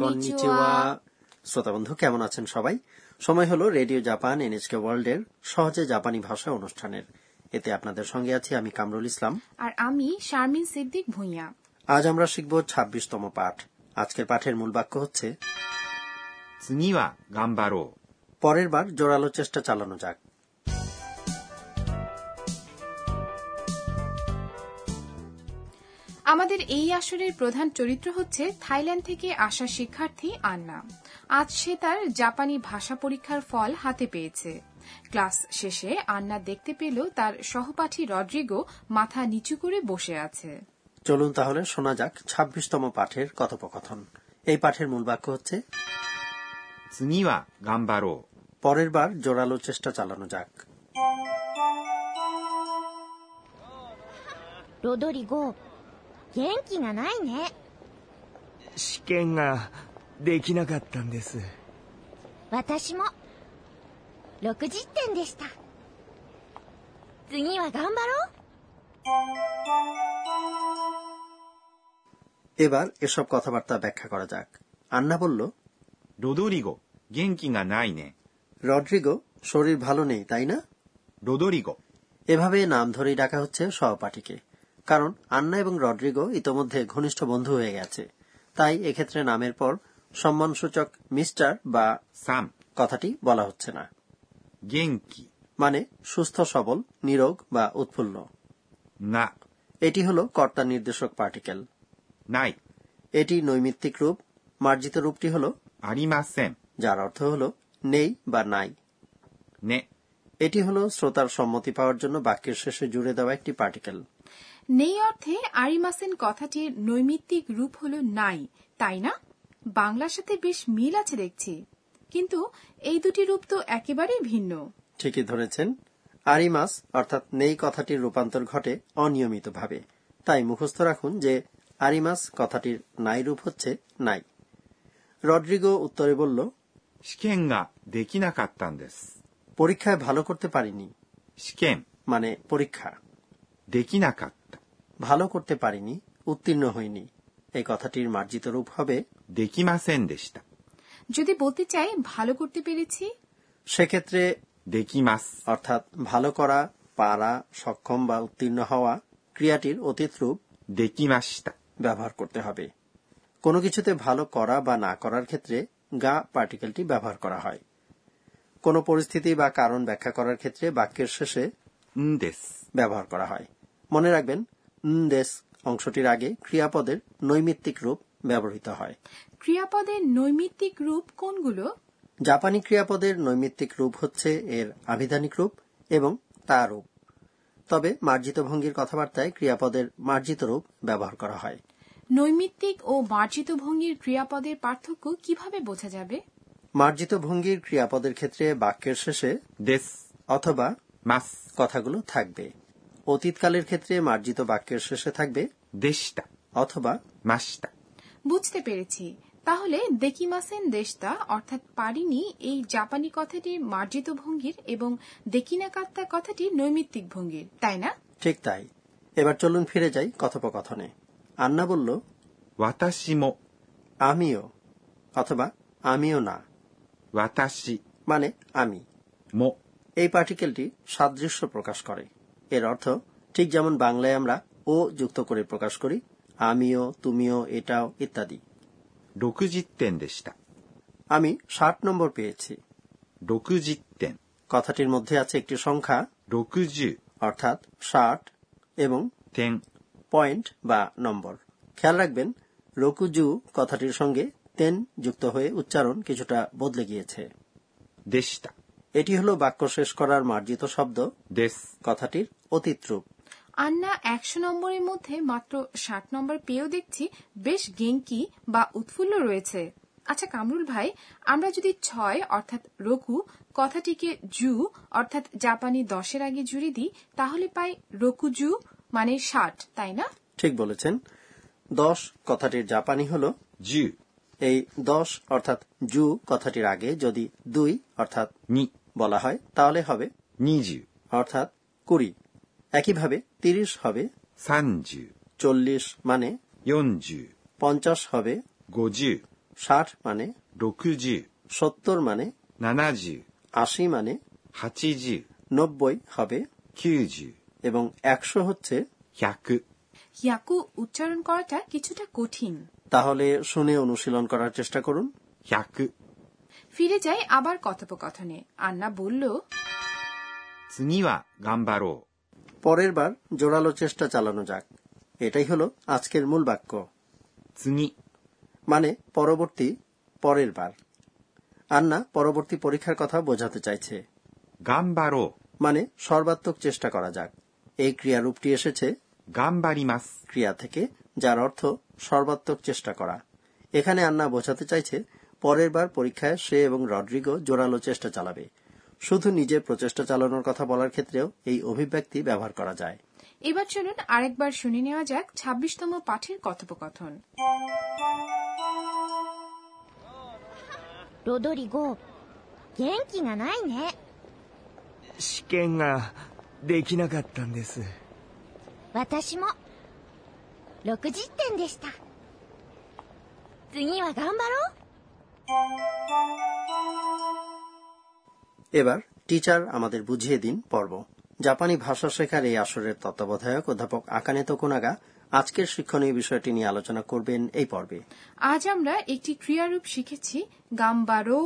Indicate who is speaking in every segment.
Speaker 1: konnichiwa শ্রোতা বন্ধু কেমন আছেন সবাই সময় হলো রেডিও জাপান এনএচকে ওয়ার্ল্ডের সহজে জাপানি ভাষা অনুষ্ঠানের এতে আপনাদের সঙ্গে আছি আমি কামরুল ইসলাম
Speaker 2: আর আমি শারমিন সিদ্দিক ভুঁইয়া
Speaker 1: আজ আমরা শিখব ২৬ তম পাঠ আজকের পাঠের মূল বাক্য হচ্ছে
Speaker 3: 次は頑張ろ
Speaker 1: পরের বার জোরালো চেষ্টা চালানো যাক
Speaker 2: আমাদের এই আসরের প্রধান চরিত্র হচ্ছে থাইল্যান্ড থেকে আসা শিক্ষার্থী আন্না আজ সে তার জাপানি ভাষা পরীক্ষার ফল হাতে পেয়েছে ক্লাস শেষে আন্না দেখতে পেল তার সহপাঠী রড্রিগো মাথা নিচু করে বসে আছে
Speaker 1: চলুন তাহলে শোনা যাক ২৬ তম পাঠের কথোপকথন এই পাঠের মূল বাক্য হচ্ছে
Speaker 3: う次は頑張ろ
Speaker 1: পরের বার জোরালো চেষ্টা চালানো যাক
Speaker 4: ロドリゴ元気がないね
Speaker 5: 試験ができなかったんです
Speaker 4: 私も60点でした次は頑張ろう
Speaker 1: এবার এসব কথাবার্তা ব্যাখ্যা করা যাক আন্না বলল
Speaker 3: うロドリゴ元気がないね
Speaker 1: রড্রিগো শরীর ভালো নেই তাই না
Speaker 3: ロドリゴ
Speaker 1: এভাবে নাম ধরেই ডাকা হচ্ছে সহপাঠীকে কারণ আন্না এবং রড্রিগো ইতোমধ্যে ঘনিষ্ঠ বন্ধু হয়ে গেছে তাই এক্ষেত্রে নামের পর সম্মানসূচক মিস্টার বা
Speaker 3: さん
Speaker 1: কথাটি বলা হচ্ছে না
Speaker 3: 元気
Speaker 1: মানে সুস্থ সবল নিরোগ বা উৎফুল্ল
Speaker 3: が
Speaker 1: এটি হল কর্তা নির্দেশক পার্টিকেল
Speaker 3: ない
Speaker 1: এটি নৈমিত্তিক রূপ মার্জিত রূপটি হল
Speaker 3: ありません
Speaker 1: যার অর্থ হল নেই বা নাই
Speaker 3: ね
Speaker 1: এটি হল শ্রোতার সম্মতি পাওয়ার জন্য বাক্যের শেষে জুড়ে দেওয়া একটি পার্টিকেল
Speaker 2: নেই অর্থে আরিমাসেন কথাটির নৈমিত্তিক রূপ হল নাই তাই না বাংলার সাথে বেশ মিল আছে দেখছি কিন্তু এই দুটি রূপ তো একেবারেই ভিন্ন
Speaker 1: ঠিকই ধরেছেন আরিমাস অর্থাৎ নেই কথাটির রূপান্তর ঘটে অনিয়মিতভাবে তাই মুখস্থ রাখুন যে আরিমাস কথাটির নাই রূপ হচ্ছে নাই রড্রিগো উত্তরে বলল
Speaker 3: 試験ができなかったんです
Speaker 1: পরীক্ষায় ভালো করতে পারিনি
Speaker 3: 試験
Speaker 1: মানে পরীক্ষা
Speaker 3: できなかった
Speaker 1: ভালো করতে পারিনি উত্তীর্ণ হইনি এই কথাটির মার্জিত রূপ হবে
Speaker 3: できませんでした
Speaker 2: যদি বলতে চাই ভালো করতে পেরেছি
Speaker 1: সেক্ষেত্রে
Speaker 3: できます
Speaker 1: অর্থাৎ ভালো করা পারা সক্ষম বা উত্তীর্ণ হওয়া ক্রিয়াটির অতীত রূপ
Speaker 3: できました
Speaker 1: ব্যবহার করতে হবে কোনো কিছুতে ভালো করা বা না করার ক্ষেত্রে গা পার্টিকেলটি ব্যবহার করা হয় কোনো পরিস্থিতি বা কারণ ব্যাখ্যা করার ক্ষেত্রে বাক্যের শেষে
Speaker 3: んです
Speaker 1: ব্যবহার করা হয় মনে রাখবেন দেশ অংশটির আগে ক্রিয়াপদের নৈমিত্তিক রূপ ব্যবহৃত হয়
Speaker 2: ক্রিয়াপদের নৈমিত্তিক রূপ কোনগুলো
Speaker 1: জাপানি ক্রিয়াপদের নৈমিত্তিক রূপ হচ্ছে এর আবিধানিক রূপ এবং তা রূপ তবে মার্জিত ভঙ্গির কথাবার্তায় ক্রিয়াপদের মার্জিত রূপ ব্যবহার করা হয়
Speaker 2: নৈমিত্তিক ও মার্জিত ভঙ্গির ক্রিয়াপদের পার্থক্য কিভাবে বোঝা যাবে
Speaker 1: মার্জিত ভঙ্গির ক্রিয়াপদের ক্ষেত্রে বাক্যের শেষে
Speaker 3: です、
Speaker 1: অথবা
Speaker 3: ます、
Speaker 1: কথাগুলো থাকবে অতীতকালের ক্ষেত্রে মার্জিত বাক্যের শেষে থাকবে
Speaker 3: でした、
Speaker 1: অথবা
Speaker 3: ました。
Speaker 2: বুঝতে পেরেছি তাহলে দেকিমাসেন দেশটা অর্থাৎ পারিনি এই জাপানি কথাটি মার্জিত ভঙ্গির এবং দেকিনাকাত্তা কথাটি নৈমিত্তিক ভঙ্গির তাই না
Speaker 1: ঠিক তাই এবার চলুন ফিরে যাই কথোপকথনে আন্না বলল
Speaker 3: 私も、
Speaker 1: আমিও অথবা আমিও না
Speaker 3: 私
Speaker 1: মানে আমি
Speaker 3: も、
Speaker 1: এই পার্টিকেলটি সাদৃশ্য প্রকাশ করে এর অর্থ ঠিক যেমন বাংলায় আমরা ও যুক্ত করে প্রকাশ করি আমিও তুমিও এটাও ইত্যাদি
Speaker 3: 60点でした。
Speaker 1: আমি ষাট নম্বর পেয়েছি
Speaker 3: 60点、
Speaker 1: কথাটির মধ্যে আছে একটি সংখ্যা
Speaker 3: 60
Speaker 1: অর্থাৎ ষাট এবং
Speaker 3: 点、
Speaker 1: পয়েন্ট বা নম্বর খেয়াল রাখবেন রকুজু কথাটির সঙ্গে তেন যুক্ত হয়ে উচ্চারণ কিছুটা বদলে গিয়েছে
Speaker 3: でした、
Speaker 1: এটি হলো বাক্য শেষ করার মার্জিত শব্দ
Speaker 3: です、
Speaker 1: কথাটির অতীত রূপ
Speaker 2: আন্না একশো নম্বরের মধ্যে মাত্র ষাট নম্বর পেয়েও দেখছি বেশ গেঙ্কি বা উৎফুল্ল রয়েছে আচ্ছা কামরুল ভাই আমরা যদি ছয় অর্থাৎ রঘু কথাটিকে জু অর্থাৎ জাপানি দশের আগে জুড়ে দিই তাহলে পাই রকুজু মানে ষাট তাই না
Speaker 1: ঠিক বলেছেন দশ কথাটির জাপানি হলো
Speaker 3: 10、
Speaker 1: এই দশ অর্থাৎ জু কথাটির আগে যদি দুই অর্থাৎ
Speaker 3: 2、
Speaker 1: বলা হয় তাহলে হবে
Speaker 3: 20、
Speaker 1: অর্থাৎ কুড়ি একইভাবে তিরিশ হবে
Speaker 3: 30、
Speaker 1: চল্লিশ মানে
Speaker 3: 40、
Speaker 1: পঞ্চাশ হবে
Speaker 3: 50、
Speaker 1: ষাট মানে
Speaker 3: 60、
Speaker 1: সত্তর মানে
Speaker 3: 70、
Speaker 1: আশি মানে
Speaker 3: 80、
Speaker 1: নব্বই হবে
Speaker 3: 90、
Speaker 1: এবং একশো হচ্ছে
Speaker 3: 100。
Speaker 2: ইয়াকু উচ্চারণ করাটা কিছুটা কঠিন
Speaker 1: তাহলে শুনে অনুশীলন করার চেষ্টা করুন
Speaker 3: 100。
Speaker 2: ফিরে যাই আবার কথোপকথনে আন্না বলল
Speaker 3: 次は頑張ろ
Speaker 1: পরের বার জোরালো চেষ্টা চালানো যাক এটাই হলো আজকের মূল বাক্য
Speaker 3: う。次、
Speaker 1: মানে পরবর্তী পরের বার আন্না পরবর্তী পরীক্ষার কথা বোঝাতে চাইছে
Speaker 3: 頑張ろ
Speaker 1: মানে সর্বাত্মক চেষ্টা করা যাক এই ক্রিয়ারূপটি এসেছে
Speaker 3: う。頑張ります。
Speaker 1: ক্রিয়া থেকে যার অর্থ সর্বাত্মক চেষ্টা করা এখানে আন্না বোঝাতে চাইছে পরের বার পরীক্ষায় সে এবং রড্রিগো জোরালো চেষ্টা চালাবে শুধু নিজের প্রচেষ্টা চালানোর কথা বলার ক্ষেত্রেও এই অভিব্যক্তি ব্যবহার করা যায়
Speaker 2: এবার চলুন আরেকবার শুনে নেওয়া যাক ছাব্বিশতম পাঠের কথোপকথন
Speaker 4: ロドリゴ元気がないね
Speaker 5: 試験ができなかったんです
Speaker 4: 私も60点でした次は頑張ろう
Speaker 1: এবার টিচার আমাদের বুঝিয়ে দিন পর্ব জাপানি ভাষা শেখার এই আসরের তত্ত্বাবধায়ক অধ্যাপক আকানে তোকুনাগা আজকের শিক্ষণীয় বিষয়টি নিয়ে আলোচনা করবেন এই পর্বে
Speaker 2: আজ আমরা একটি ক্রিয়ারূপ শিখেছি গাম্বারো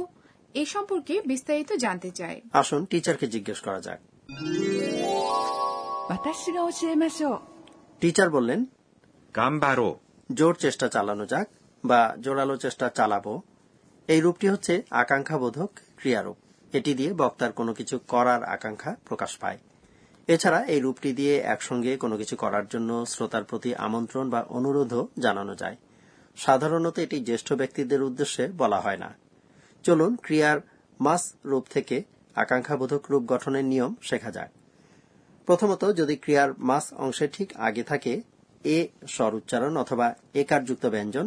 Speaker 2: এ সম্পর্কে বিস্তারিত জানতে চাই
Speaker 1: আসুন টিচারকে জিজ্ঞেস করা যাক
Speaker 6: 私が教えましょう
Speaker 1: টিচার বললেন
Speaker 3: 頑張ろ
Speaker 1: জোর চেষ্টা চালানো যাক বা জোরালো চেষ্টা চালাবো এই রূপটি হচ্ছে আকাঙ্ক্ষাবোধক ক্রিয়ারূপ এটি দিয়ে বক্তার কোনো কিছু করার আকাঙ্ক্ষা প্রকাশ পায় এছাড়া এই রূপটি দিয়ে একসঙ্গে কোনো কিছু করার জন্য শ্রোতার প্রতি আমন্ত্রণ বা অনুরোধও জানানো যায় সাধারণত এটি জ্যেষ্ঠ ব্যক্তিদের উদ্দেশ্যে বলা হয় না চলুন ক্রিয়ার মাস রূপ থেকে আকাঙ্ক্ষাবোধক রূপ গঠনের নিয়ম শেখা যাক প্রথমত যদি ক্রিয়ার মাস অংশে ঠিক আগে থাকে এ স্বর উচ্চারণ অথবা একার যুক্ত ব্যঞ্জন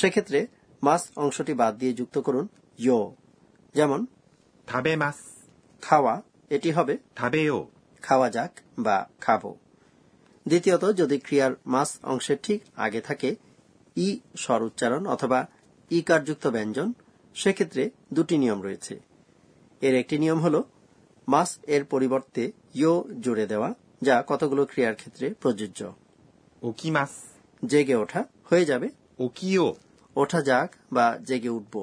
Speaker 1: সেক্ষেত্রে মাস অংশটি বাদ দিয়ে যুক্ত করুন ইয় যেমন
Speaker 3: う。食べます。
Speaker 1: খাওয়া এটি হবে
Speaker 3: 食べよ
Speaker 1: খাওয়া যাক বা খাবো দ্বিতীয়ত যদি ক্রিয়ার মাস অংশের ঠিক আগে থাকে ই স্বর উচ্চারণ অথবা ই কারযুক্ত ব্যঞ্জন সেক্ষেত্রে দুটি নিয়ম রয়েছে এর একটি নিয়ম হল মাস এর পরিবর্তে ইয় জুড়ে দেওয়া যা কতগুলো ক্রিয়ার ক্ষেত্রে প্রযোজ্য
Speaker 3: う。起きます。
Speaker 1: জেগে ওঠা হয়ে যাবে
Speaker 3: 起きよう。
Speaker 1: ওঠা যাক বা জেগে উঠব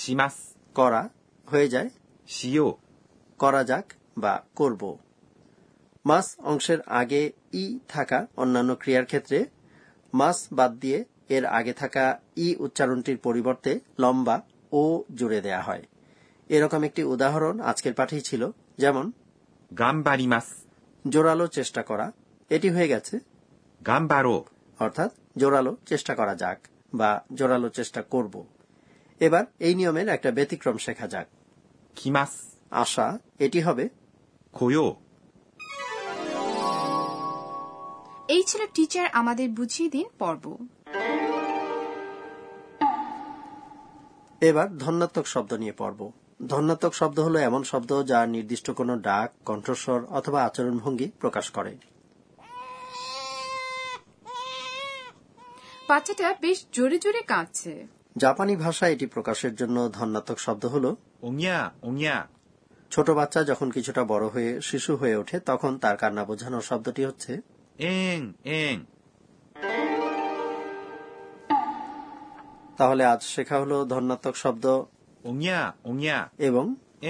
Speaker 3: します。
Speaker 1: করা হয়ে যায়
Speaker 3: しよ
Speaker 1: করা যাক বা করব মাস অংশের আগে ই থাকা অন্যান্য ক্রিয়ার ক্ষেত্রে মাস বাদ দিয়ে এর আগে থাকা ই উচ্চারণটির পরিবর্তে লম্বা ও জুড়ে দেয়া হয় এরকম একটি উদাহরণ আজকের পাঠেই ছিল যেমন
Speaker 3: う。頑張ります。
Speaker 1: জোরালো চেষ্টা করা এটি হয়ে গেছে
Speaker 3: 頑張ろ
Speaker 1: অর্থাৎ জোরালো চেষ্টা করা যাক বা জোরালো চেষ্টা করব এবার এই নিয়মের একটা ব্যতিক্রম শেখা যাক
Speaker 3: う。来ます。
Speaker 1: আশা এটি হবে
Speaker 3: 来よう。
Speaker 2: এই ছিল টিচার আমাদের বুঝিয়ে দিন পর্ব
Speaker 1: এবার ধন্যাত্মক শব্দ নিয়ে পড়ব ধন্যাত্মক শব্দ হলো এমন শব্দ যা নির্দিষ্ট কোনো ডাক কণ্ঠস্বর অথবা আচরণভঙ্গি প্রকাশ করে
Speaker 2: বাচ্চাটা বেশ জোরে জোরে কাঁদছে
Speaker 1: জাপানি ভাষায় এটি প্রকাশের জন্য ধন্যাত্মক শব্দ হলো
Speaker 3: おにゃーおにゃ
Speaker 1: ছোট বাচ্চা যখন কিছুটা বড় হয়ে শিশু হয়ে ওঠে তখন তার কান্না বোঝানোর শব্দটি হচ্ছে
Speaker 3: ー。えーんえーん。
Speaker 1: তাহলে আজ শেখা হলো ধন্যাত্মক শব্দ
Speaker 3: おにゃーおにゃ
Speaker 1: এবং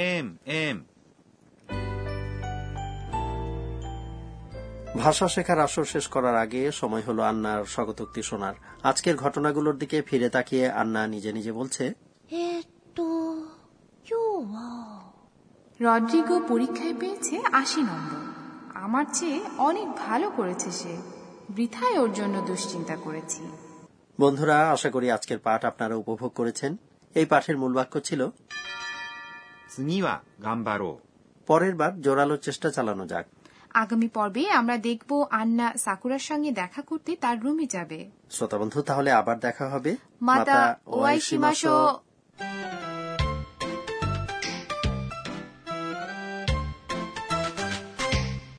Speaker 3: えーんえーん。
Speaker 1: ভাষা শেখার আসর শেষ করার আগে সময় হলো আন্নার স্বগতোক্তি শোনার আজকের ঘটনাগুলোর দিকে ফিরে তাকিয়ে আন্না নিজে নিজে বলছে
Speaker 4: えーっと今日は
Speaker 2: রড্রিগো পরীক্ষায় পেয়েছে আশি নম্বর আমার চেয়ে অনেক ভালো করেছে সে বৃথায় ওর জন্য দুশ্চিন্তা করেছি
Speaker 1: বন্ধুরা আশা করি আজকের পাঠ আপনারা উপভোগ করেছেন এই পাঠের মূল বাক্য ছিল
Speaker 3: 次は頑張ろう。
Speaker 1: পরের বার জোরালো চেষ্টা চালানো যাক
Speaker 2: আগামী পর্বে আমরা দেখব আন্না সাকুরার সঙ্গে দেখা করতে তার রুমে যাবে
Speaker 1: শ্রোতা বন্ধু তাহলে আবার দেখা হবে
Speaker 2: মাতা ওয়াইশিমাশো